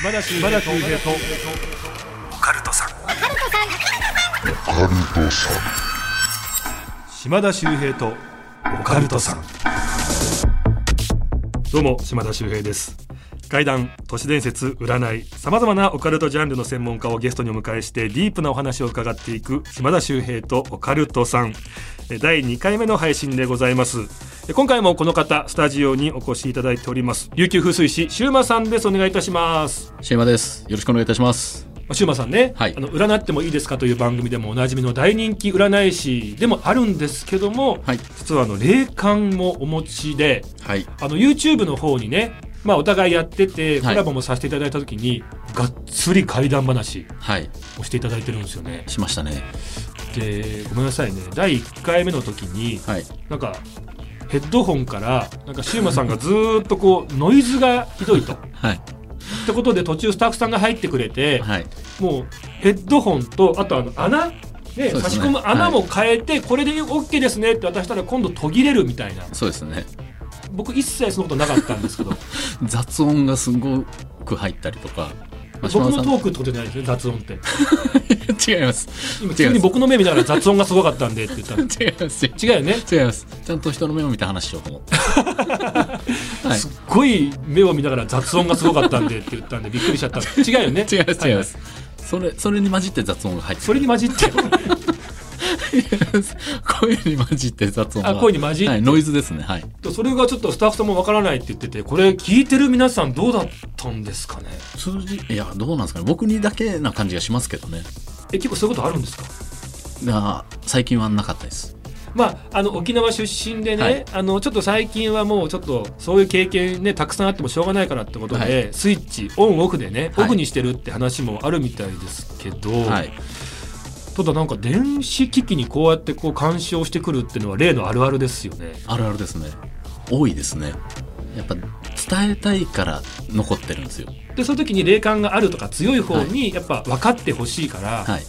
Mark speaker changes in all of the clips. Speaker 1: 島田秀平と
Speaker 2: オカルトさん
Speaker 1: 島田秀平と
Speaker 2: オカルトさん
Speaker 1: どうも島田秀平です怪談都市伝説占いさまざまなオカルトジャンルの専門家をゲストにお迎えしてディープなお話を伺っていく島田秀平とオカルトさんえ第2回目の配信でございますえ今回もこの方スタジオにお越しいただいております琉球風水師シューマさんですお願いいたします
Speaker 3: シェマです。よろしくお願いいたします。
Speaker 1: まあシューマさんね、
Speaker 3: はい
Speaker 1: あの占ってもいいですかという番組でもおなじみの大人気占い師でもあるんですけども、
Speaker 3: はい
Speaker 1: 実はあの霊感もお持ちで
Speaker 3: はい。
Speaker 1: あの YouTube の方にね、まあ、お互いやっててコ
Speaker 3: はい
Speaker 1: ラボもさせていただいた時に、がっつり怪談話
Speaker 3: はい。
Speaker 1: をしていただいてるんですよね
Speaker 3: しましたね。
Speaker 1: でごめんなさいね第1回目の時に
Speaker 3: はい。
Speaker 1: なんかヘッドホンからなんかシウマさんがずーっとこうノイズがひどいと。っ
Speaker 3: はい。
Speaker 1: てことで途中スタッフさんが入ってくれて、
Speaker 3: はい。
Speaker 1: もうヘッドホンとあとあの穴ね、
Speaker 3: そうですね
Speaker 1: 差し込む穴も変えて、これで OK ですねって渡したら今度途切れるみたいな
Speaker 3: そうですね。
Speaker 1: 僕一切そのことなかったん ですけど
Speaker 3: 雑音がすごく入ったりとか。まあ
Speaker 1: 僕のト
Speaker 3: 島
Speaker 1: ークってことじゃないですね雑音って
Speaker 3: 田さん 違います。
Speaker 1: 今急に僕の目見ながら雑音がすごかったんでって言ったら
Speaker 3: 違います。
Speaker 1: 違うよね
Speaker 3: 違います。ちゃんと人の目を見て話しようと思 って。はい
Speaker 1: すっごい目を見ながら雑音がすごかったんでって言ったんでびっくりしちゃった違うよね
Speaker 3: 違います。
Speaker 1: は
Speaker 3: 違い
Speaker 1: は
Speaker 3: ます。それ、それに混じって雑音が入って
Speaker 1: それに混じって
Speaker 3: る。 声に混じって雑音が。
Speaker 1: あ声に混じって
Speaker 3: はい。ノイズですね。はい。
Speaker 1: それがちょっとスタッフさんもわからないって言っててこれ聞いてる皆さんどうだったんですかね
Speaker 3: 通じ、いや、どうなんですかね。僕にだけな感じがしますけどね。
Speaker 1: え結構そういうことあるんですか
Speaker 3: あ最近はなかったです。
Speaker 1: まあ、あの沖縄出身でね、
Speaker 3: はい
Speaker 1: あのちょっと最近はもうちょっとそういう経験ねたくさんあってもしょうがないからってことで、
Speaker 3: はい
Speaker 1: スイッチオンオフでね、
Speaker 3: はい
Speaker 1: オフにしてるって話もあるみたいですけど、
Speaker 3: はい。
Speaker 1: ただなんか電子機器にこうやってこう干渉してくるっていうのは例のあるあるですよね。
Speaker 3: あるあるですね多いですねやっぱ伝えたいから残ってるんですよ
Speaker 1: でその時に霊感があるとか強い方にやっぱ分かってほしいから
Speaker 3: はい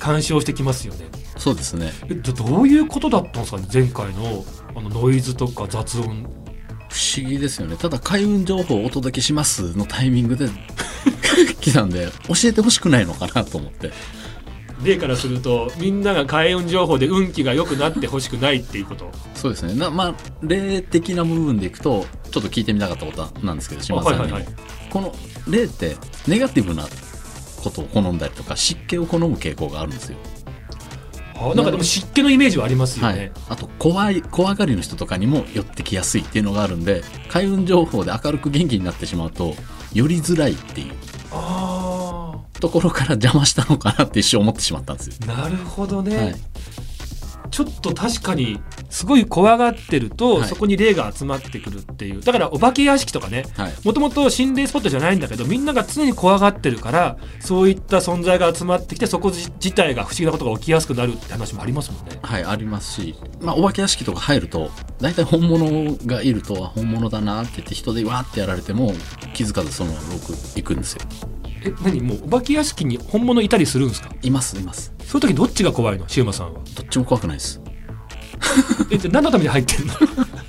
Speaker 1: 干渉してきますよね。
Speaker 3: そうですね
Speaker 1: えどどういうことだったんですかね前回のあのノイズとか雑音
Speaker 3: 不思議ですよねただ開運情報をお届けしますのタイミングで 来たんで教えてほしくないのかなと思って
Speaker 1: 例からするとみんなが開運情報で運気が良くなってほしくないっていうこと。
Speaker 3: そうですねなまあ霊的な部分でいくとちょっと聞いてみたかったことなんですけど島
Speaker 1: は
Speaker 3: 田
Speaker 1: い
Speaker 3: さん
Speaker 1: はい
Speaker 3: に
Speaker 1: は
Speaker 3: も、
Speaker 1: い、
Speaker 3: この霊ってネガティブなことを好んだりとか湿気を好む傾向があるんですよ、
Speaker 1: あなんかでも湿気のイメージはありますよ
Speaker 3: は
Speaker 1: ね、
Speaker 3: い、あと怖い怖がりの人とかにも寄ってきやすいっていうのがあるんで開運情報で明るく元気になってしまうと寄りづらいっていう
Speaker 1: あ
Speaker 3: ところから邪魔したのかなって一瞬思ってしまったんですよ。
Speaker 1: あなるほどね、
Speaker 3: はい、
Speaker 1: ちょっと確かにすごい怖がってると、
Speaker 3: はい
Speaker 1: そこに霊が集まってくるっていうだからお化け屋敷とかね
Speaker 3: はい、
Speaker 1: もともと心霊スポットじゃないんだけどみんなが常に怖がってるからそういった存在が集まってきてそこ自自体が不思議なことが起きやすくなるって話もありますもんね。
Speaker 3: はい、ありますし、まあ、お化け屋敷とか入ると大体本物がいるとあ本物だなって言って人でわーってやられても気づかずそのまま僕行くんですよ。
Speaker 1: え何もうお化け屋敷に本物いたりするんですか
Speaker 3: いますいます。
Speaker 1: そういう時どっちが怖いのシウマさんは。
Speaker 3: どっちも怖くないです。
Speaker 1: えじゃあ何のために入ってんの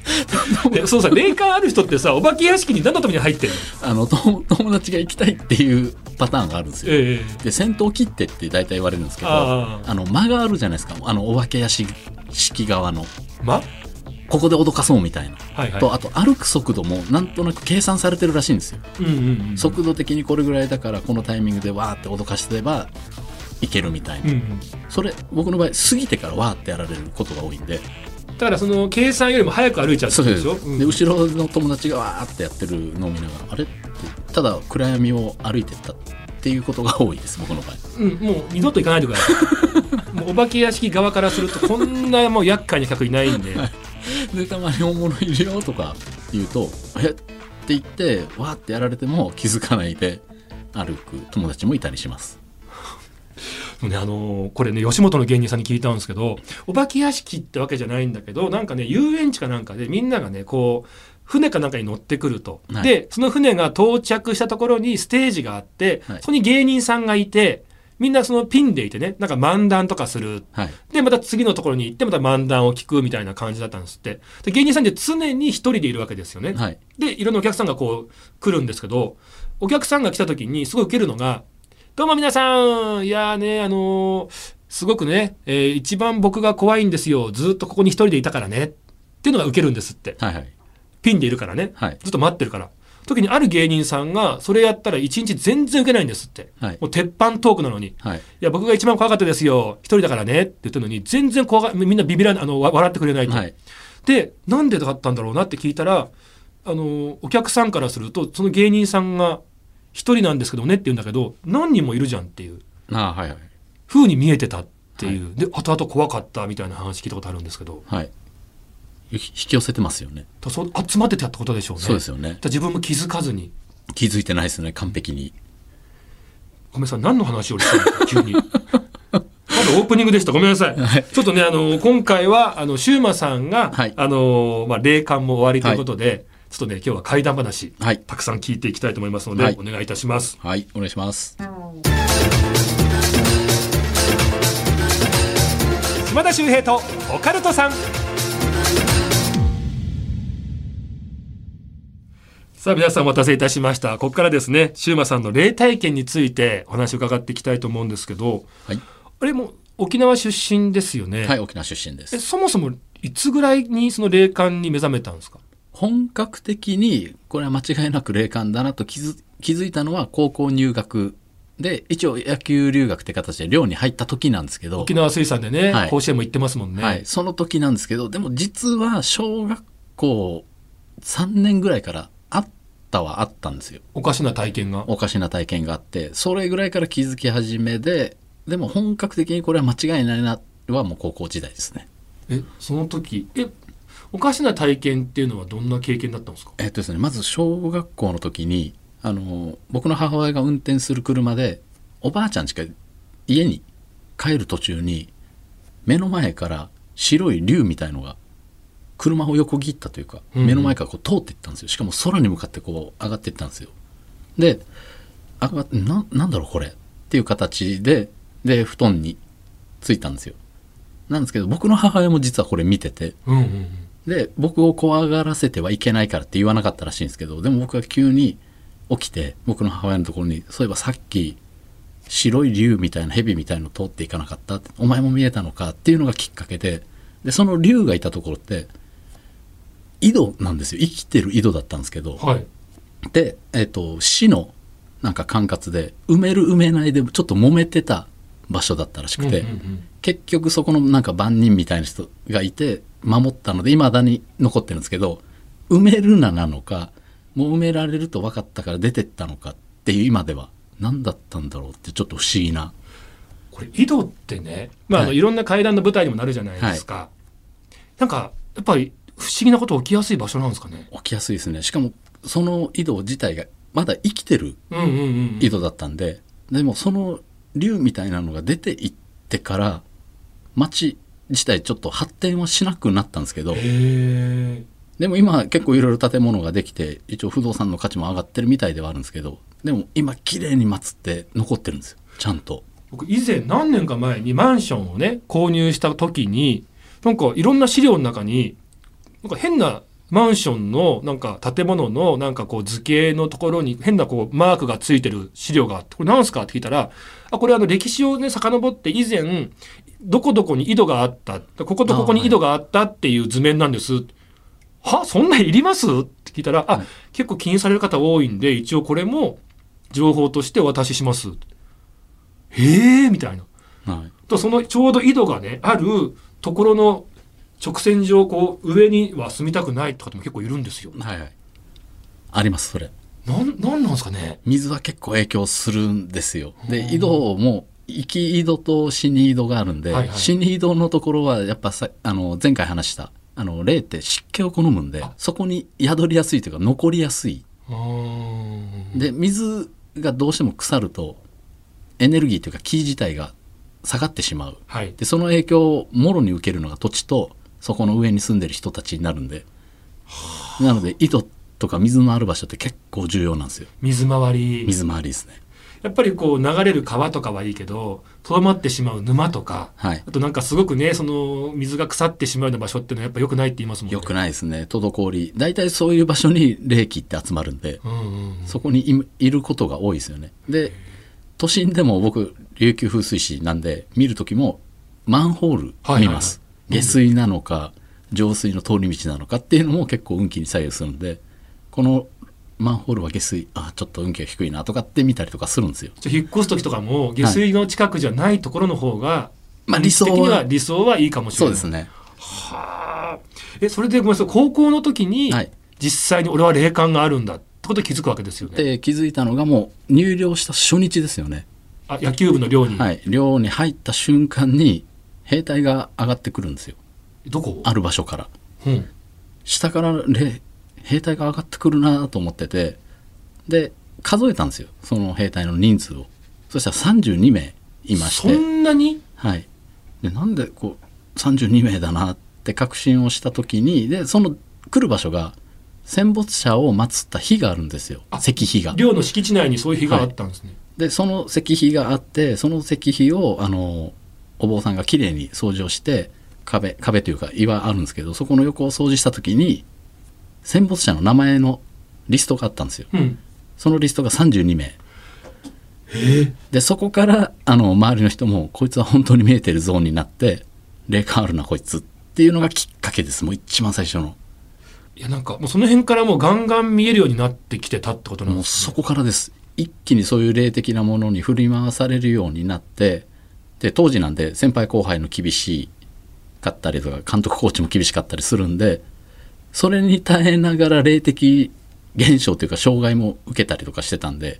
Speaker 1: でそうさ霊感ある人ってさお化け屋敷に何のために入ってんの
Speaker 3: あのと友達が行きたいっていうパターンがあるんですよ。
Speaker 1: ええ
Speaker 3: で先頭切ってって大体言われるんですけど
Speaker 1: あ
Speaker 3: あ
Speaker 1: あ
Speaker 3: の間があるじゃないですかあのお化け屋敷側の
Speaker 1: ま
Speaker 3: ここで脅かそうみたいな、
Speaker 1: はいはい
Speaker 3: とあと歩く速度もなんとなく計算されてるらしいんですよ、
Speaker 1: うんうんうん
Speaker 3: 速度的にこれぐらいだからこのタイミングでわーって脅かしてればいけるみたい
Speaker 1: うん
Speaker 3: な、
Speaker 1: うん
Speaker 3: それ僕の場合過ぎてからわーってやられることが多いんで
Speaker 1: だからその計算よりも早く歩いちゃうって
Speaker 3: そう
Speaker 1: こと
Speaker 3: で
Speaker 1: ですしょ、
Speaker 3: で
Speaker 1: うん
Speaker 3: 後ろの友達がわーってやってるのを見ながらあれってただ暗闇を歩いてったっていうことが多いです僕の場合
Speaker 1: うんもう二度と行かないでくだ さいもうお化け屋敷側からするとこんなもう厄介な客いないんで
Speaker 3: でたまに本物いるよとか言うと 「えっ?」て言ってわーってやられても気づかないで歩く友達もいたりします
Speaker 1: ね、あのーこれね吉本の芸人さんに聞いたんですけどお化け屋敷ってわけじゃないんだけどなんかね遊園地かなんかでみんながねこう船かなんかに乗ってくると、
Speaker 3: はい
Speaker 1: でその船が到着したところにステージがあって、
Speaker 3: はい
Speaker 1: そこに芸人さんがいてみんなそのピンでいてね、なんか漫談とかする。
Speaker 3: はい。
Speaker 1: で、また次のところに行って、また漫談を聞くみたいな感じだったんですって。で、芸人さんって常に一人でいるわけですよね。
Speaker 3: はい。
Speaker 1: で、いろんなお客さんがこう来るんですけど、お客さんが来た時にすごい受けるのが、どうも皆さん、いやーね、あのーすごくね、えー一番僕が怖いんですよ。ずっとここに一人でいたからね。っていうのが受けるんですって。
Speaker 3: はいはい。
Speaker 1: ピンでいるからね。
Speaker 3: はい。
Speaker 1: ずっと待ってるから。時にある芸人さんが、それやったら一日全然受けないんですって。
Speaker 3: はい
Speaker 1: もう鉄板トークなのに。
Speaker 3: はい。
Speaker 1: いや、僕が一番怖かったですよ。一人だからね。って言ってるのに、全然怖が、みんなビビらんあの、わ笑ってくれないと。
Speaker 3: はい。
Speaker 1: でなんでだったんだろうなって聞いたらあのお客さんからするとその芸人さんが「一人なんですけどね」って言うんだけど何人もいるじゃんっていう
Speaker 3: ああ、はいはい。
Speaker 1: 風に見えてたっていう、で後々怖かったみたいな話聞いたことあるんですけど
Speaker 3: はい。ひ引き寄せてますよね。
Speaker 1: だそう集まってたってことでしょうね
Speaker 3: そうですよね
Speaker 1: だ。自分も気づかずに
Speaker 3: 気づいてないですね、完璧に。
Speaker 1: ごめんなさい何の話をしたのか急に まだオープニングでしたごめんなさい、ちょっとねあの今回はあのシューマさんが、
Speaker 3: はい
Speaker 1: あのまあ、霊感も終わりということで、ちょっとね今日は怪談話
Speaker 3: はい。
Speaker 1: たくさん聞いていきたいと思いますので、
Speaker 3: はい
Speaker 1: お願いいたします
Speaker 3: はい、お願いします。
Speaker 1: 島田秀平とオカルトさんさあ皆さんお待たせいたしましたここからですねシウマさんの霊体験についてお話を伺っていきたいと思うんですけど
Speaker 3: はい。
Speaker 1: あれもう沖縄出身ですよね、
Speaker 3: はい、沖縄出身で
Speaker 1: え
Speaker 3: す。
Speaker 1: そもそもいつぐらいにその霊感に目覚めたんですか
Speaker 3: 本格的に、これは間違いなく霊感だなと気づ気づいたのは高校入学で、一応野球留学って形で寮に入った時なんですけど
Speaker 1: 沖、縄水産でね、
Speaker 3: はい
Speaker 1: 甲子園も行ってますもんね、
Speaker 3: はい、その時なんですけど、でも実は小学校3年ぐらいからあったはあったんですよ。
Speaker 1: おかしな体験が
Speaker 3: おかしな体験があって、それぐらいから気づき始めで、でも本格的にこれは間違いないなはもう高校時代ですね。
Speaker 1: えその時えおかしな体験っていうのはどんな経験だったんですか
Speaker 3: えっとですね、まず小学校の時に、あの、僕の母親が運転する車で、おばあちゃんしか家に帰る途中に、目の前から白い竜みたいのが、車を横切ったというか、
Speaker 1: うん
Speaker 3: 目の前からこう通っていったんですよ。しかも空に向かってこう上がっていったんですよ。で、あがな、なんだろうこれっていう形で、で、布団に着いたんですよ。なんですけど、僕の母親も実はこれ見てて、
Speaker 1: うんうんうん
Speaker 3: で僕を怖がらせてはいけないからって言わなかったらしいんですけどでも僕は急に起きて僕の母親のところに「そういえばさっき白い竜みたいな蛇みたいの通っていかなかったってお前も見えたのか」っていうのがきっかけででその竜がいたところって井戸なんですよ生きてる井戸だったんですけど、
Speaker 1: はい
Speaker 3: で、えっと市のなんか管轄で埋める埋めないでちょっと揉めてた場所だったらしくて。
Speaker 1: うんうんうん
Speaker 3: 結局そこのなんか番人みたいな人がいて守ったので未だに残ってるんですけど埋めるななのかもう埋められると分かったから出てったのかっていう今では何だったんだろうってちょっと不思議な
Speaker 1: これ井戸ってね、まああの
Speaker 3: はい
Speaker 1: いろんな階段の舞台にもなるじゃないですか、なんかやっぱり不思議なこと起きやすい場所なんですかね。
Speaker 3: 起きやすいですねしかもその井戸自体がまだ生きてる
Speaker 1: うんうんうん、
Speaker 3: 井戸だったんで、でもその竜みたいなのが出ていってから町自体ちょっと発展はしなくなったんですけど
Speaker 1: へえ
Speaker 3: でも今結構いろいろ建物ができて一応不動産の価値も上がってるみたいではあるんですけどでも今綺麗に祀って残ってるんですよちゃんと
Speaker 1: 僕以前何年か前にマンションをね購入した時になんかいろんな資料の中になんか変なマンションのなんか建物のなんかこう図形のところに変なこうマークがついてる資料があってこれ何すかって聞いたらあこれあの歴史をね遡って以前どこどこに井戸があったこことここに井戸があったっていう図面なんです。はそんなんいりますって聞いたら、あ、
Speaker 3: はい
Speaker 1: 結構気にされる方多いんで、一応これも情報としてお渡しします。へえみたいな。
Speaker 3: はい
Speaker 1: とそのちょうど井戸がねあるところの直線上こう上には住みたくないって方も結構いるんですよ。
Speaker 3: はいはいありますそれ
Speaker 1: なんなんなんですかね。
Speaker 3: 水は結構影響するんですよで井戸も生き井戸と死に井戸があるんで、
Speaker 1: はいはい
Speaker 3: 死に井戸のところはやっぱさあの前回話したあの霊って湿気を好むんで
Speaker 1: あ
Speaker 3: そこに宿りやすいというか残りやすい
Speaker 1: で
Speaker 3: で水がどうしても腐るとエネルギーというか気自体が下がってしまう
Speaker 1: はい。
Speaker 3: でその影響をもろに受けるのが土地とそこの上に住んでる人たちになるんでなので井戸とか水のある場所って結構重要なんですよ
Speaker 1: 水回り。
Speaker 3: 水回りですね
Speaker 1: やっぱりこう流れる川とかはいいけどとどまってしまう沼とか
Speaker 3: はい
Speaker 1: あとなんかすごくねその水が腐ってしまうような場所ってのはやっぱ良くないって言いますもんね。
Speaker 3: よくないですね滞り大体そういう場所に霊気って集まるんで
Speaker 1: うんうんうん
Speaker 3: そこにいいることが多いですよねで都心でも僕琉球風水師なんで見る時もマンホール
Speaker 1: はいはいはい
Speaker 3: 見ます、下水なのか上水の通り道なのかっていうのも結構運気に左右するんでこのマンホールは下水あちょっと運気が低いなとかって見たりとかするんですよ
Speaker 1: じゃあ引っ越す時とかも下水の近くじゃないところの方が、
Speaker 3: まあ
Speaker 1: 理想的には理想はいいかもしれ
Speaker 3: そう
Speaker 1: ない。
Speaker 3: ですね
Speaker 1: はあ。えそれでごめんなさい高校の時に
Speaker 3: はい
Speaker 1: 実際に俺は霊感があるんだってことに気づくわけですよね。
Speaker 3: で気づいたのがもう入寮した初日ですよね
Speaker 1: あ野球部の寮に、
Speaker 3: はい寮に入った瞬間に兵隊が上がってくるんですよ
Speaker 1: どこ
Speaker 3: ある場所から
Speaker 1: うん、
Speaker 3: 下かられ兵隊が上がってくるなと思っててで数えたんですよその兵隊の人数をそしたら32名いまし
Speaker 1: そ
Speaker 3: て、
Speaker 1: んなに
Speaker 3: はい、でなんでこう32名だなって確信をした時にでその来る場所が戦没者を祀った碑があるんですよ
Speaker 1: あ
Speaker 3: 石碑が。
Speaker 1: 寮の敷地内にそういう日があったんですね。
Speaker 3: でその石碑があってその石碑をあのお坊さんがきれいに掃除をして壁壁というか岩あるんですけどそこの横を掃除した時に戦没者の名前のリストがあったんですよ
Speaker 1: うん、
Speaker 3: そのリストが32名
Speaker 1: え
Speaker 3: でそこからあの周りの人もこいつは本当に見えてるゾーンになって霊感あるなこいつっていうのがきっかけですもう一番最初の
Speaker 1: いやなんかもうその辺からもうガンガン見えるようになってきてたってことなん
Speaker 3: も
Speaker 1: で
Speaker 3: う
Speaker 1: す
Speaker 3: そこからです一気にそういう霊的なものに振り回されるようになってで当時なんで先輩後輩の厳しかったりとか監督コーチも厳しかったりするんでそれに耐えながら霊的現象というか障害も受けたりとかしてたんで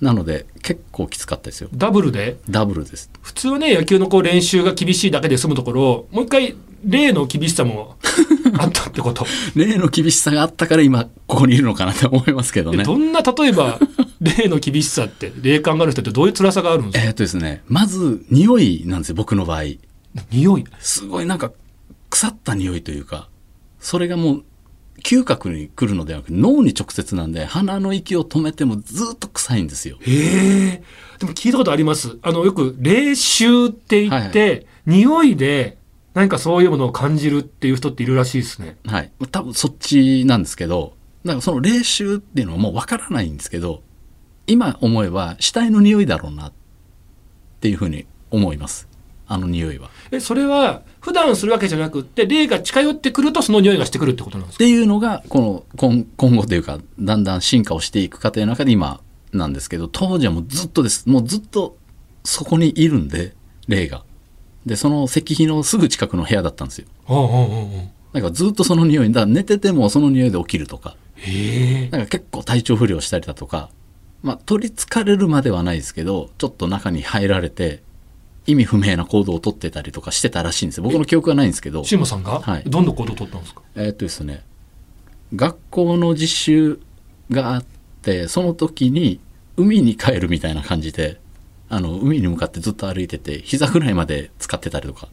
Speaker 3: なので結構きつかったですよ
Speaker 1: ダブルで
Speaker 3: ダブルです
Speaker 1: 普通はね野球のこう練習が厳しいだけで済むところもう一回例の厳しさも あったってこと、
Speaker 3: 霊の厳しさがあったから今ここにいるのかなって思いますけど
Speaker 1: え
Speaker 3: ね
Speaker 1: どんな例え ば例の厳しさって霊感がある人ってどういう辛さがあるんですか
Speaker 3: えーっとですねまず匂いなんですよ僕の場合
Speaker 1: 匂い
Speaker 3: すごいなんか腐った匂いというかそれがもう嗅覚に来るのではなく脳に直接なんで鼻の息を止めてもずっと臭いんですよ。
Speaker 1: ええでも聞いたことありますあのよく霊臭って言って、
Speaker 3: は
Speaker 1: 匂いで何かそういうものを感じるっていう人っているらしいですね
Speaker 3: はい、多分そっちなんですけどなんかその霊臭っていうのはもうわからないんですけど今思えば死体の匂いだろうなっていうふうに思いますあの匂いは。
Speaker 1: えそれは普段するわけじゃなくって霊が近寄ってくるとその匂いがしてくるってことなんですか
Speaker 3: っていうのがこの今今後というかだんだん進化をしていく過程の中で今なんですけど当時はもうずっとですもうずっとそこにいるんで霊がでその石碑のすぐ近くの部屋だったんですよ
Speaker 1: うんうんうんうん
Speaker 3: なんかずっとその匂いだから寝ててもその匂いで起きるとか
Speaker 1: ええ
Speaker 3: なんか結構体調不良したりだとかまあ取りつかれるまではないですけどちょっと中に入られて意味不明な行動をとってたりとかしてたらしいんですよ僕の記憶はないんですけど
Speaker 1: シーマさんが、
Speaker 3: はい
Speaker 1: どんな行動を取ったんですか
Speaker 3: えーっとですね学校の実習があってその時に海に帰るみたいな感じであの海に向かってずっと歩いてて膝ぐらいまで使ってたりとか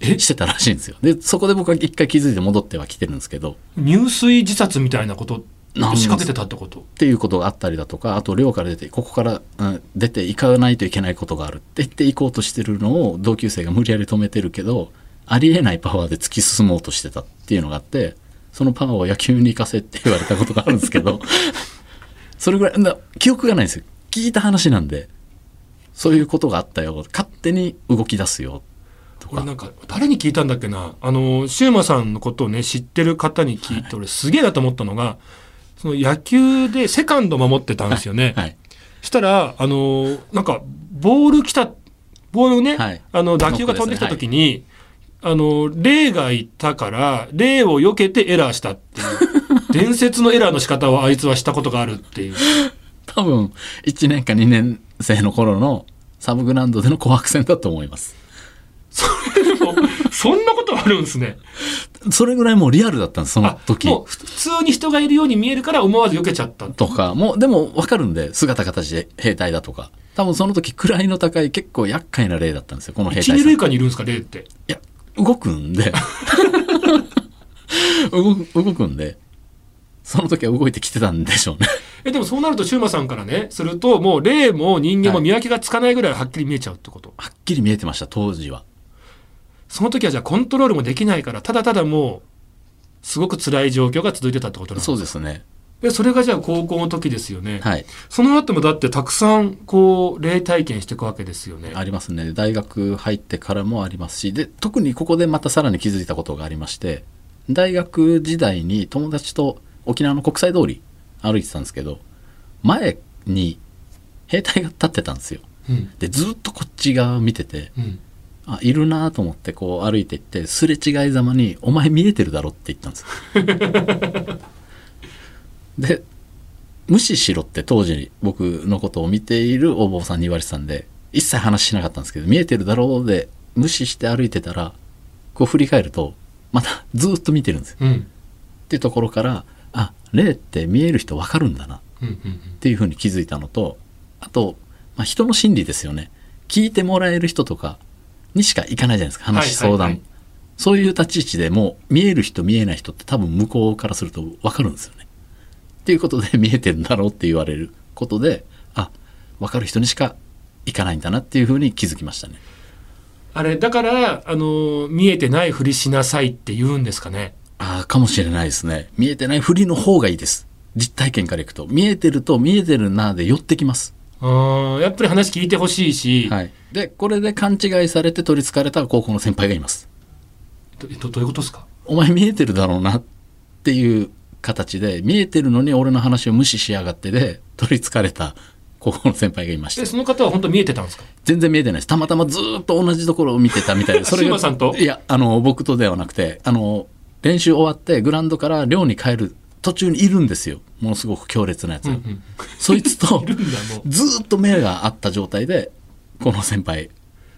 Speaker 1: え
Speaker 3: してたらしいんですよでそこで僕は一回気づいて戻っては来てるんですけど
Speaker 1: 入水自殺みたいなことを
Speaker 3: なんです
Speaker 1: 仕掛けてたってこと
Speaker 3: っていうことがあったりだとかあと寮から出てここから、うん出て行かないといけないことがあるって言って行こうとしてるのを同級生が無理やり止めてるけどありえないパワーで突き進もうとしてたっていうのがあってそのパワーを野球に行かせって言われたことがあるんです けどそれぐらいな記憶がないんですよ聞いた話なんでそういうことがあったよ勝手に動き出すよと
Speaker 1: 俺
Speaker 3: か
Speaker 1: なんか誰に聞いたんだっけなあのシューマさんのことをね知ってる方に聞いて、俺すげえなと思ったのがその野球でセカンド守ってたんですよね、
Speaker 3: はい
Speaker 1: したらあのなんかボール来たボールね、
Speaker 3: はい
Speaker 1: あの打球が飛んできた時に、あの霊がいたから霊を避けてエラーしたっていう 伝説のエラーの仕方をあいつはしたことがあるっていう
Speaker 3: 多分1年か2年生の頃のサブグラウンドでの紅白戦だと思います
Speaker 1: そんなことあるんですね
Speaker 3: それぐらいもうリアルだったんですその
Speaker 1: あ
Speaker 3: 時
Speaker 1: もう普通に人がいるように見えるから思わず避けちゃった
Speaker 3: とかもでも分かるんで姿形で兵隊だとか多分その時位の高い結構厄介な例だったんですよこの兵隊
Speaker 1: 一
Speaker 3: さん
Speaker 1: 二
Speaker 3: い
Speaker 1: 塁間にいるんですか霊って
Speaker 3: や 動くんで動く動くんでその時は動いてきてたんでしょうね
Speaker 1: えでもそうなるとシューマさんからねするともう霊も人間も見分けがつかないぐらいはっきり見えちゃうってこと、
Speaker 3: はっきり見えてました当時は
Speaker 1: その時はじゃあコントロールもできないからただただもうすごく辛い状況が続いてたってことなの
Speaker 3: そうですね
Speaker 1: でそれがじゃあ高校の時ですよね、
Speaker 3: はい
Speaker 1: その後もだってたくさんこう霊体験していくわけですよね
Speaker 3: ありますね大学入ってからもありますしで特にここでまたさらに気づいたことがありまして大学時代に友達と沖縄の国際通り歩いてたんですけど前に兵隊が立ってたんですよ
Speaker 1: うん
Speaker 3: でずっとこっち側見てて
Speaker 1: うん
Speaker 3: あいるなと思ってこう歩いていってすれ違いざまに「お前見えてるだろ」って言ったんです で無視しろって当時僕のことを見ているお坊さんに言われてたんで一切話しなかったんですけど「見えてるだろ」うで無視して歩いてたらこう振り返るとまたずっと見てるんですよ
Speaker 1: うんうん
Speaker 3: っていうところからあ霊って見える人わかるんだな
Speaker 1: うんうん
Speaker 3: っていうふうに気づいたのとあと、まあ、人の心理ですよね聞いてもらえる人とかにしか行かないじゃないですか話
Speaker 1: はいは
Speaker 3: 相
Speaker 1: い
Speaker 3: 談、そういう立ち位置でもう見える人見えない人って多分向こうからすると分かるんですよね。っていうことで見えてるんだろうって言われることであ分かる人にしか行かないんだなっていうふうに気づきましたね。
Speaker 1: あれだからあのー見えてないふりしなさいって言うんですかね
Speaker 3: ああかもしれないですね。見えてないふりの方がいいです。実体験からいくと見えてると見えてるなで寄ってきます。
Speaker 1: あーやっぱり話聞いてほしいし、
Speaker 3: はい、でこれで勘違いされて取りつかれた高校の先輩がいます
Speaker 1: どどどういうことですか
Speaker 3: お前見えてるだろうなっていう形で見えてるのに俺の話を無視しやがってで取りつかれた高校の先輩がいまし
Speaker 1: で
Speaker 3: た
Speaker 1: その方は本当見えてたんですか
Speaker 3: 全然見えてないですたまたまずーっと同じところを見てたみ たいで
Speaker 1: シーマさんと
Speaker 3: いやあの僕とではなくてあの練習終わってグラウンドから寮に帰る途中にいるんですよものすごく強烈なやつが、
Speaker 1: うん
Speaker 3: そいつ と
Speaker 1: いるんだもう
Speaker 3: ずーっと目があった状態でこの先輩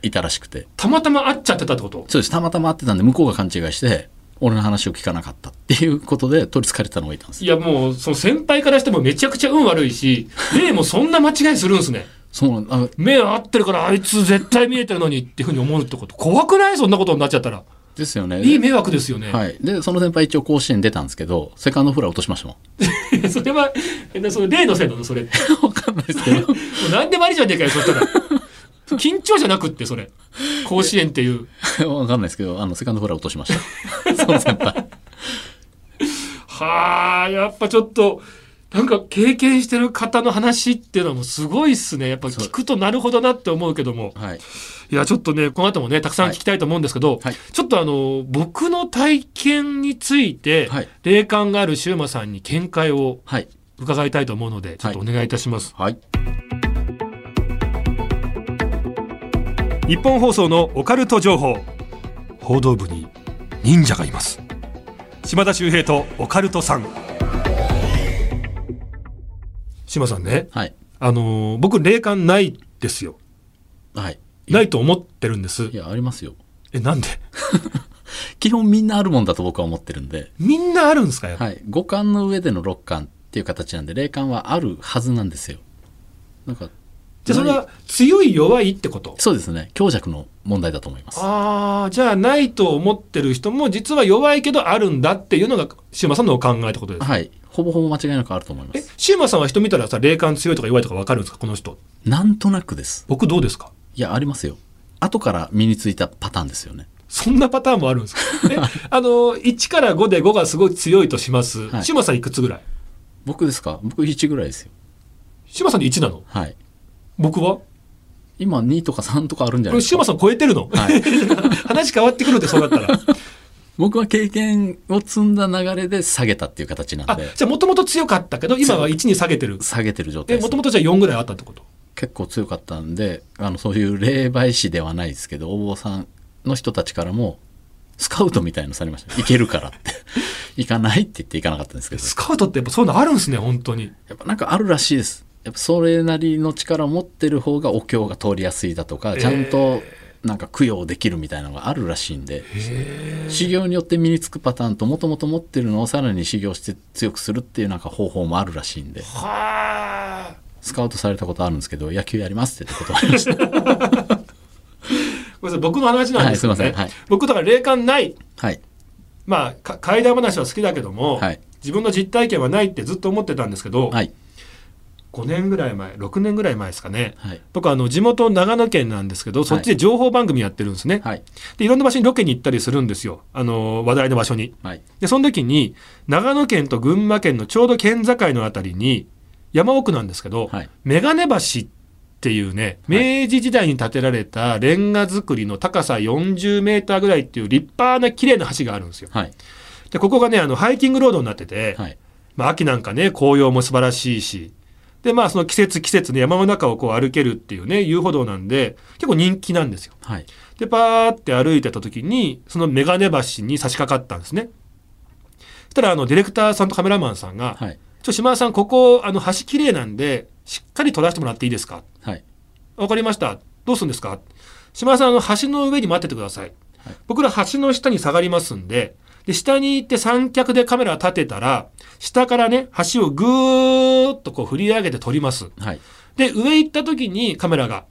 Speaker 3: いたらしくて
Speaker 1: たまたま会っちゃってたってこと
Speaker 3: そうです。たまたま会ってたんで、向こうが勘違いして、俺の話を聞かなかったっていうことで、取り憑かれたのがいたんです
Speaker 1: い
Speaker 3: よ。
Speaker 1: やもうその先輩からしてもめちゃくちゃ運悪いし霊もそんな間違いするんですね
Speaker 3: そう、あ
Speaker 1: 目合ってるからあいつ絶対見えてるのにっていうふうに思うってこと怖くないそんなことになっちゃったら
Speaker 3: ですよね。
Speaker 1: いい迷惑ですよね、
Speaker 3: はい。で、その先輩一応甲子園出たんですけど、セカンドフライ落としましたも ん。
Speaker 1: それはえなその霊のせいなのそれも
Speaker 3: わかんないですけど。
Speaker 1: う何でもありじゃねえかよそしたら緊張じゃなくってそれ甲子園っていう
Speaker 3: わかんないですけど、あの、セカンドフライ落としました。 その先輩。
Speaker 1: はあやっぱちょっとなんか経験してる方の話っていうのはもうすごいっすねやっぱ聞くとなるほどなって思うけども
Speaker 3: はい。
Speaker 1: いやちょっとねこの後もねたくさん聞きたいと思うんですけど、
Speaker 3: はい
Speaker 1: ちょっとあの僕の体験について、
Speaker 3: はい
Speaker 1: 霊感があるシューマさんに見解を
Speaker 3: はい。
Speaker 1: 伺いたいと思うのでちょっとお願いいたします、
Speaker 3: はい。
Speaker 1: 日本放送のオカルト情報報道部に忍者がいます島田秀平とオカルトさん島さんね
Speaker 3: はい。
Speaker 1: あのー僕霊感ないですよ
Speaker 3: はい。
Speaker 1: ないと思ってるんです
Speaker 3: いや、ありますよ。
Speaker 1: えなんで
Speaker 3: 基本みんなあるもんだと僕は思ってるんで、
Speaker 1: みんなあるんですかやっぱ
Speaker 3: はい、五感の上での六感っていう形なんで、霊感はあるはずなんですよ。なんか、
Speaker 1: じゃあそれは強い弱いってこと
Speaker 3: そうですね。強弱の問題だと思います。
Speaker 1: ああ、じゃあないと思ってる人も実は弱いけどあるんだっていうのがシウマさんのお考えってことです。
Speaker 3: はい。ほぼほぼ間違いなくあると思いま
Speaker 1: え
Speaker 3: す。、
Speaker 1: シウマさんは人見たらさ、霊感強いとか弱いとかわかるんですかこの人。
Speaker 3: なんとなくです。
Speaker 1: 僕どうですか
Speaker 3: いや、ありますよ。後から身についたパターンですよね。
Speaker 1: そんなパターンもあるん ですかえ、あの、1から5で5がすごい強いとします。
Speaker 3: はい
Speaker 1: シウマさんいくつぐらい
Speaker 3: 僕ですか僕1ぐらいですよ。
Speaker 1: シウマさんで1なの
Speaker 3: はい。
Speaker 1: 僕は
Speaker 3: 今2とか3とかあるんじゃ
Speaker 1: こ
Speaker 3: な
Speaker 1: れ
Speaker 3: いです
Speaker 1: シウ
Speaker 3: か
Speaker 1: マさん超えてるの、
Speaker 3: はい。
Speaker 1: 話変わってくるってそうだったら。
Speaker 3: 僕は経験を積んだ流れで下げたっていう形な
Speaker 1: あ
Speaker 3: んで、、
Speaker 1: じゃあもともと強かったけど、今は1に下げてる。
Speaker 3: 下げてる状
Speaker 1: で、
Speaker 3: 態で
Speaker 1: も
Speaker 3: す
Speaker 1: と。もとじゃあ4ぐらいあったってこと
Speaker 3: 結構強かったんで、あの、そういう霊媒師ではないですけど、お坊さんの人たちからも、スカウトみたいのされました。行けるからって。 行かないって言って行かなかったんですけど。
Speaker 1: スカウトってやっぱそういうのあるんですね、本当に。
Speaker 3: やっぱなんかあるらしいです。やっぱそれなりの力を持ってる方がお経が通りやすいだとか、ちゃんとなんか供養できるみたいなのがあるらしいんで、修行によって身につくパターンと、もともと持ってるのをさらに修行して強くするっていうなんか方法もあるらしいんで、
Speaker 1: はあ。
Speaker 3: スカウトされたことあるんですけど、野球やりますって言って断りました。
Speaker 1: ごめんなさい僕の話なんですけどね、
Speaker 3: はいすいませんはい
Speaker 1: 僕だから霊感ない
Speaker 3: はい。
Speaker 1: まあか怪談話は好きだけども、
Speaker 3: はい。
Speaker 1: 自分の実体験はないってずっと思ってたんですけど、
Speaker 3: はい
Speaker 1: 5年ぐらい前6年ぐらい前ですかね
Speaker 3: はい
Speaker 1: 僕あの地元長野県なんですけどそっちで情報番組やってるんですね、
Speaker 3: はい
Speaker 1: でいろんな場所にロケに行ったりするんですよあの話題の場所に
Speaker 3: はい
Speaker 1: でその時に長野県と群馬県のちょうど県境のあたりに山奥なんですけど、
Speaker 3: はい
Speaker 1: メガネ橋っていうね
Speaker 3: はい
Speaker 1: 明治時代に建てられたレンガ造りの高さ40メーターぐらいっていう立派な綺麗な橋があるんですよ
Speaker 3: はい
Speaker 1: でここがねあのハイキングロードになってて、
Speaker 3: はい
Speaker 1: まあ、秋なんかね紅葉も素晴らしいしでまあその季節季節ね山の中をこう歩けるっていうね遊歩道なんで結構人気なんですよ
Speaker 3: はい
Speaker 1: でパーって歩いてた時にそのメガネ橋に差し掛かったんですねそしたらあのディレクターさんとカメラマンさんが「
Speaker 3: はい
Speaker 1: ちょ島田さんここあの橋綺麗なんでしっかり撮らせてもらっていいですか?」
Speaker 3: はい
Speaker 1: わかりました。どうするんですか島田さん、あの橋の上に待っててください。僕ら橋の下に下がりますんで、で、下に行って三脚でカメラ立てたら、下からね、橋をぐーっとこう振り上げて撮ります。
Speaker 3: はい
Speaker 1: で、上行った時にカメラが、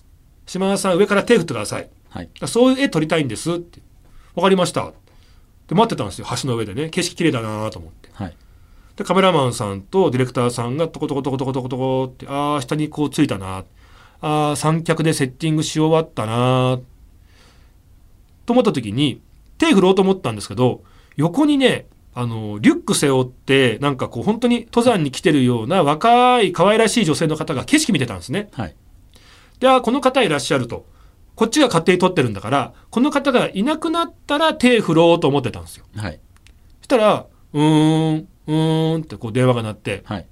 Speaker 1: 島田さん上から手振ってください。
Speaker 3: はい
Speaker 1: そういう絵撮りたいんですって。わかりました。で、待ってたんですよ。橋の上でね。景色綺麗だなと思って。
Speaker 3: はい
Speaker 1: でカメラマンさんとディレクターさんがトコトコトコトコトコトコってああ下にこうついたなあー三脚でセッティングし終わったなと思った時に手振ろうと思ったんですけど横にねあのリュック背負ってなんかこう本当に登山に来てるような若い可愛らしい女性の方が景色見てたんですね。
Speaker 3: はい
Speaker 1: で、あ、この方いらっしゃると。こっちが勝手に撮ってるんだから、この方がいなくなったら手振ろうと思ってたんですよ。
Speaker 3: はい
Speaker 1: そしたら、うーん、うーんってこう電話が鳴って、
Speaker 3: はい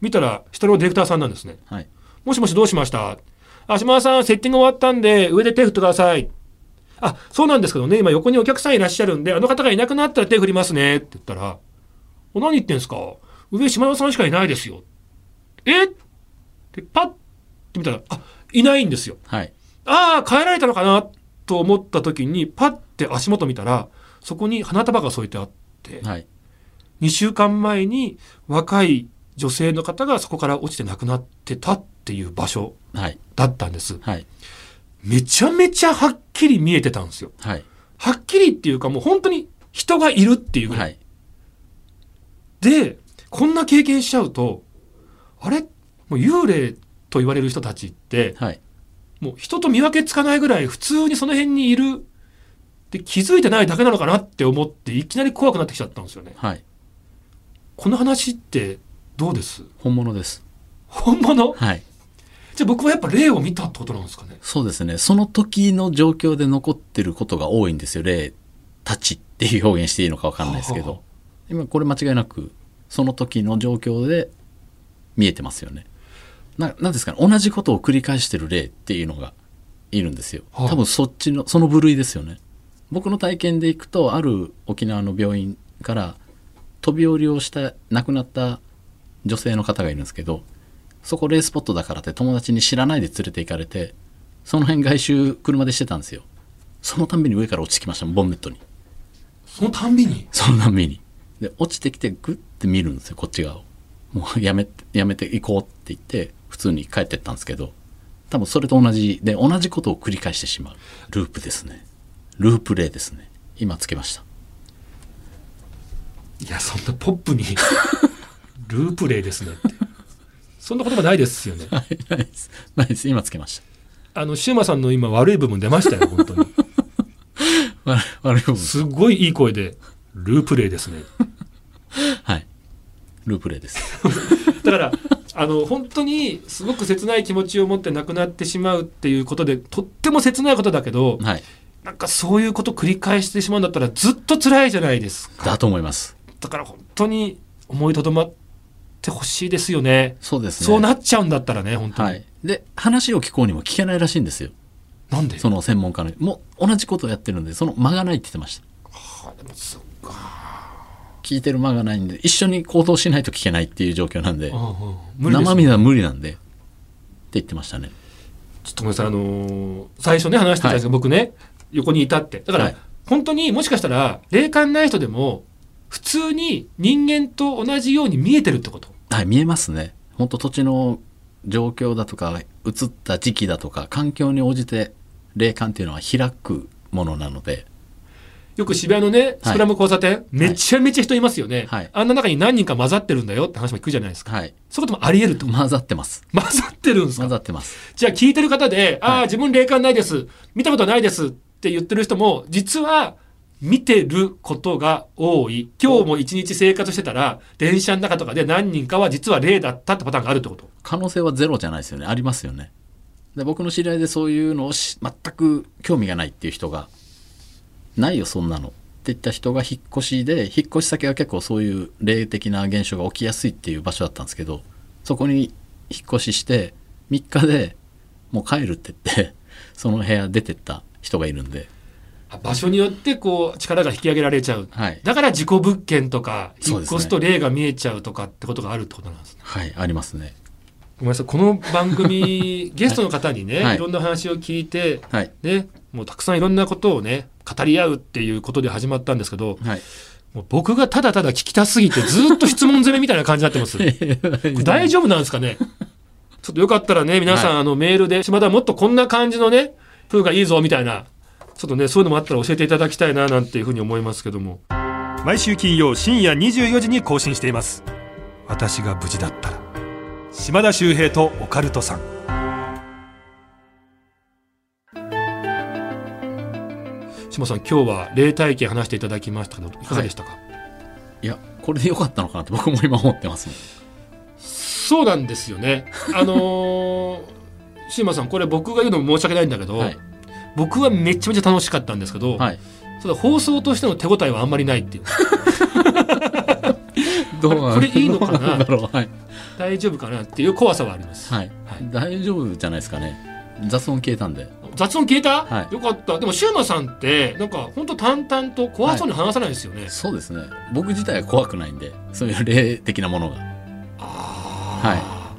Speaker 1: 見たら、下のディレクターさんなんですね。
Speaker 3: はい
Speaker 1: もしもしどうしましたあ、島田さん、セッティング終わったんで、上で手振ってください。あ、そうなんですけどね、今横にお客さんいらっしゃるんで、あの方がいなくなったら手振りますね、って言ったら、お何言ってんすか上島田さんしかいないですよ。えってパッて見たら、あ、いないんですよ。
Speaker 3: はい
Speaker 1: ああ、帰られたのかなと思った時に、パッて足元見たら、そこに花束が添えてあって、
Speaker 3: はい
Speaker 1: 2週間前に若い女性の方がそこから落ちて亡くなってたっていう場所
Speaker 3: はい
Speaker 1: だったんです。
Speaker 3: はい
Speaker 1: めちゃめちゃはっきり見えてたんですよ。
Speaker 3: はい
Speaker 1: はっきりっていうかもう本当に人がいるっていうぐらい。
Speaker 3: はい
Speaker 1: で、こんな経験しちゃうと、あれもう幽霊と言われる人たちって、
Speaker 3: はい
Speaker 1: もう人と見分けつかないぐらい普通にその辺にいる。で、気づいてないだけなのかなって思って、いきなり怖くなってきちゃったんですよね。
Speaker 3: はい
Speaker 1: この話ってどうです
Speaker 3: 本物です
Speaker 1: 本物
Speaker 3: はい
Speaker 1: じゃあ僕はやっぱ霊を見たってことなんですかね。
Speaker 3: そうですね。その時の状況で残ってることが多いんですよ。霊たちっていう表現していいのかわかんないですけ
Speaker 1: はあは
Speaker 3: ど。今これ間違いなく、その時の状況で見えてますよね。な、なんですかね。同じことを繰り返してる霊っていうのがいるんですよ。
Speaker 1: はあ
Speaker 3: 多分そっちの、その部類ですよね。僕の体験でいくと、ある沖縄の病院から飛び降りをした、亡くなった女性の方がいるんですけど、そこレースポットだからって友達に知らないで連れて行かれて、その辺外周車でしてたんですよ。そのたんびに上から落ちてきましたもん、ボンネットに。
Speaker 1: そのたんびに。
Speaker 3: そのたんびに。で、落ちてきてグッて見るんですよ、こっち側を。もうやめて、やめて行こうって言って、普通に帰ってったんですけど、多分それと同じで、同じことを繰り返してしまう。ループですね。ループ例ですね。今つけま した。
Speaker 1: いや、そんなポップ に、ループレイですねって。そんな言葉ないですよね。
Speaker 3: はい、ないです。ないです。今つけました。
Speaker 1: あの、シウマさんの今悪い部分出ましたよ、本当に。
Speaker 3: 悪悪い部分。
Speaker 1: すっごいいい声で、ループレイですね。
Speaker 3: はい。ループ例です。
Speaker 1: だから、あの、本当にすごく切ない気持ちを持って亡くなってしまうっていうことで、とっても切ないことだけど、
Speaker 3: はい。
Speaker 1: なんかそういうこと繰り返してしまうんだったらずっと辛いじゃないですか。
Speaker 3: だと思います。
Speaker 1: だから本当に思いとどまってほしいですよね。
Speaker 3: そうですね。
Speaker 1: そうなっちゃうんだったらね、本当に。
Speaker 3: はい。で、話を聞こうにも聞けないらしいんですよ。
Speaker 1: なんで
Speaker 3: その専門家の。もう同じことをやってるんで、その間がないって言ってました。
Speaker 1: あでもそっか
Speaker 3: 聞いてる間がないんで、一緒に行動しないと聞けないっていう状況なんで、
Speaker 1: うんうん無理です
Speaker 3: 生身は無理なんで、って言ってましたね。
Speaker 1: ちょっとごめんなさい、あのー最初ね、話してたんですけど、僕ね、横にいたって。だから、
Speaker 3: はい
Speaker 1: 本当にもしかしたら、霊感ない人でも、普通に人間と同じように見えてるってこと。
Speaker 3: はい、見えますね。本当土地の状況だとか、移った時期だとか、環境に応じて霊感っていうのは開くものなので、
Speaker 1: よく渋谷のね、スクラム交差点、めちゃめちゃ人いますよね、
Speaker 3: はい
Speaker 1: あんな中に何人か混ざってるんだよって話も聞くじゃないですか。
Speaker 3: はい
Speaker 1: そういうこともあり得ると。
Speaker 3: 混ざってます
Speaker 1: 混ざってるんです
Speaker 3: 混
Speaker 1: か
Speaker 3: ざってます
Speaker 1: じゃあ聞いてる方で、あ
Speaker 3: は
Speaker 1: あ、
Speaker 3: い
Speaker 1: 自分霊感ないです。見たことないですって言ってる人も、実は見てることが多い。今日も一日生活してたら、電車の中とかで何人かは実は霊だったってパターンがあるってこと。
Speaker 3: 可能性はゼロじゃないですよねありますよねで僕の知り合いでそういうのをし全く興味がないっていう人が「ないよそんなの」って言った人が引っ越しで引っ越し先が結構そういう霊的な現象が起きやすいっていう場所だったんですけどそこに引っ越しして3日でもう帰るって言って その部屋出てった人がいるんで
Speaker 1: あ場所によってこう力が引き上げられちゃう。
Speaker 3: はい
Speaker 1: だから事故物件とか、
Speaker 3: そ
Speaker 1: 引
Speaker 3: う
Speaker 1: っ
Speaker 3: ですね
Speaker 1: 越すと霊が見えちゃうとかってことがあるってことなんですね
Speaker 3: はいありますね
Speaker 1: ごめんなさいこの番 組ゲストの方にね、、
Speaker 3: はいい
Speaker 1: ろんな話を聞いて、
Speaker 3: はい
Speaker 1: ね、もうたくさんいろんなことをね語り合うっていうことで始まったんですけど
Speaker 3: はい
Speaker 1: もう僕がただただ聞きたすぎてずっと質問攻めみたいな感じになってます大丈夫なんですかねちょっとよかったらね皆さん、
Speaker 3: は
Speaker 1: あのメールで島田もっとこんな感じのね風がいいぞみたいなちょっとねそういうのもあったら教えていただきたいななんていうふうに思いますけども
Speaker 4: 毎週金曜深夜24時に更新しています私が無事だったら島田秀平とオカルトさん
Speaker 1: 島さん今日は霊体験話していただきましたけどいかがでしたか、
Speaker 3: いやこれでよかったのかなって僕も今思ってますもん
Speaker 1: そうなんですよ ね。あのー、シーマさんこれ僕が言うのも申し訳ないんだけど、
Speaker 3: はい
Speaker 1: 僕はめちゃめちゃ楽しかったんですけど、
Speaker 3: はい
Speaker 1: ただ放送としての手応えはあんまりない っていう
Speaker 3: ど
Speaker 1: うこれいいのかな
Speaker 3: どうんだろうはい
Speaker 1: 大丈夫かなっていう怖さはあります。
Speaker 3: はい、
Speaker 1: はい
Speaker 3: 大丈夫じゃないですかね雑音消えたんで
Speaker 1: 雑音消えた、
Speaker 3: はい
Speaker 1: よかったでもシューマさんってなんか本当淡々と怖そうに話さないですよね、
Speaker 3: そうですね僕自体は怖くないんでそういう霊的なものが
Speaker 1: あ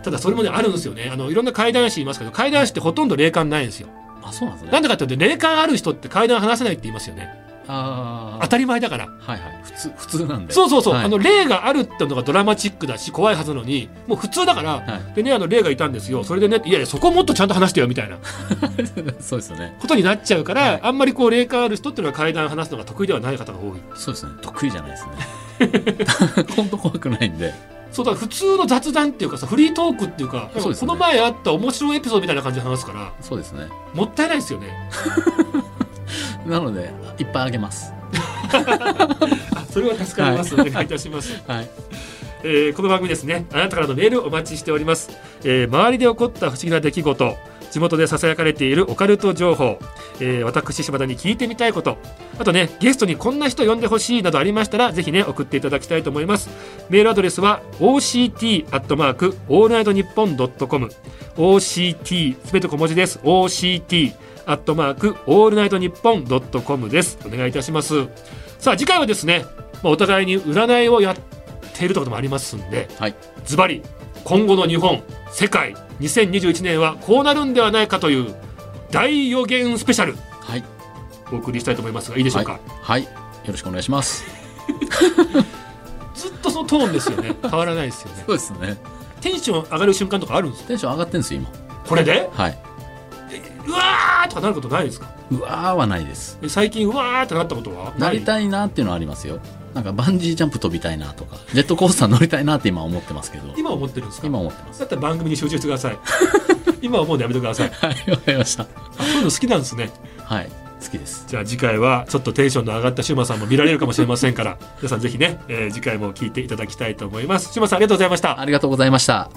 Speaker 1: ーただそれもねあるんですよねあのいろんな怪談師いますけど怪談師ってほとんど霊感ないんですよ
Speaker 3: あそうなんです
Speaker 1: な
Speaker 3: ね
Speaker 1: んでかって言うと霊感ある人って怪談話せないって言いますよね
Speaker 3: あ
Speaker 1: 当たり前だから
Speaker 3: あはいはい普通普通なんで
Speaker 1: そうそうそう、
Speaker 3: はい
Speaker 1: あの霊があるってのがドラマチックだし怖いはずなのにもう普通だから、
Speaker 3: は
Speaker 1: でねあの霊がいたんですよそれでねいやいやそこもっとちゃんと話してよみたいな
Speaker 3: そうですよね
Speaker 1: ことになっちゃうから、
Speaker 3: はい
Speaker 1: あんまりこう霊感ある人っていうのは階段話すのが得意ではない方が多い
Speaker 3: そうですね得意じゃないですね本当怖くないんで
Speaker 1: そうだから普通の雑談っていうかさフリートークっていうか
Speaker 3: そうです
Speaker 1: こ
Speaker 3: ね
Speaker 1: の前あった面白いエピソードみたいな感じで話すから
Speaker 3: そうですね
Speaker 1: もったいないですよね
Speaker 3: なのでいっぱいあげます
Speaker 1: あそれは助かります、お願いいたします
Speaker 3: はい
Speaker 1: えーこの番組ですねあなたからのメールお待ちしております、えー周りで起こった不思議な出来事地元でささやかれているオカルト情報、えー私島田に聞いてみたいことあとねゲストにこんな人呼んでほしいなどありましたらぜひね送っていただきたいと思いますメールアドレスは OCT アットマークオールナイトニッポンドットコム OCT すべて小文字です OCT アットマークオールナイトニッポンドットコムですお願いいたしますさあ次回はですねまあお互いに占いをやっているということもありますんで
Speaker 3: はい
Speaker 1: ズバリ今後の日本世界2021年はこうなるんではないかという大予言スペシャル
Speaker 3: はい
Speaker 1: お送りしたいと思いますがいいでしょうか、
Speaker 3: はい、はい、よろしくお願いします
Speaker 1: ずっとそのトーンですよ ね変わらないですよね
Speaker 3: そうですね
Speaker 1: テンション上がる瞬間とかあるんですよ
Speaker 3: テンション上がってんですよ今
Speaker 1: これで
Speaker 3: はいう
Speaker 1: わーとかなることないですか
Speaker 3: うわーはないです
Speaker 1: え最近うわーってなったことは
Speaker 3: なり
Speaker 1: い
Speaker 3: たいなっていうのはありますよなんかバンジージャンプ飛びたいなとかジェットコースター乗りたいなって今思ってますけど
Speaker 1: 今思ってるんですか
Speaker 3: 今思ってます
Speaker 1: だったら番組に集中してくだ さい今思うのやめてください
Speaker 3: はいわかりました
Speaker 1: あそういうの好きなんですね
Speaker 3: はい好きです
Speaker 1: じゃあ次回はちょっとテンションの上がったシュウマさんも見られるかもしれませんから皆さんぜひね、えー次回も聞いていただきたいと思いますシュウマさんありがとうございました
Speaker 3: ありがとうございました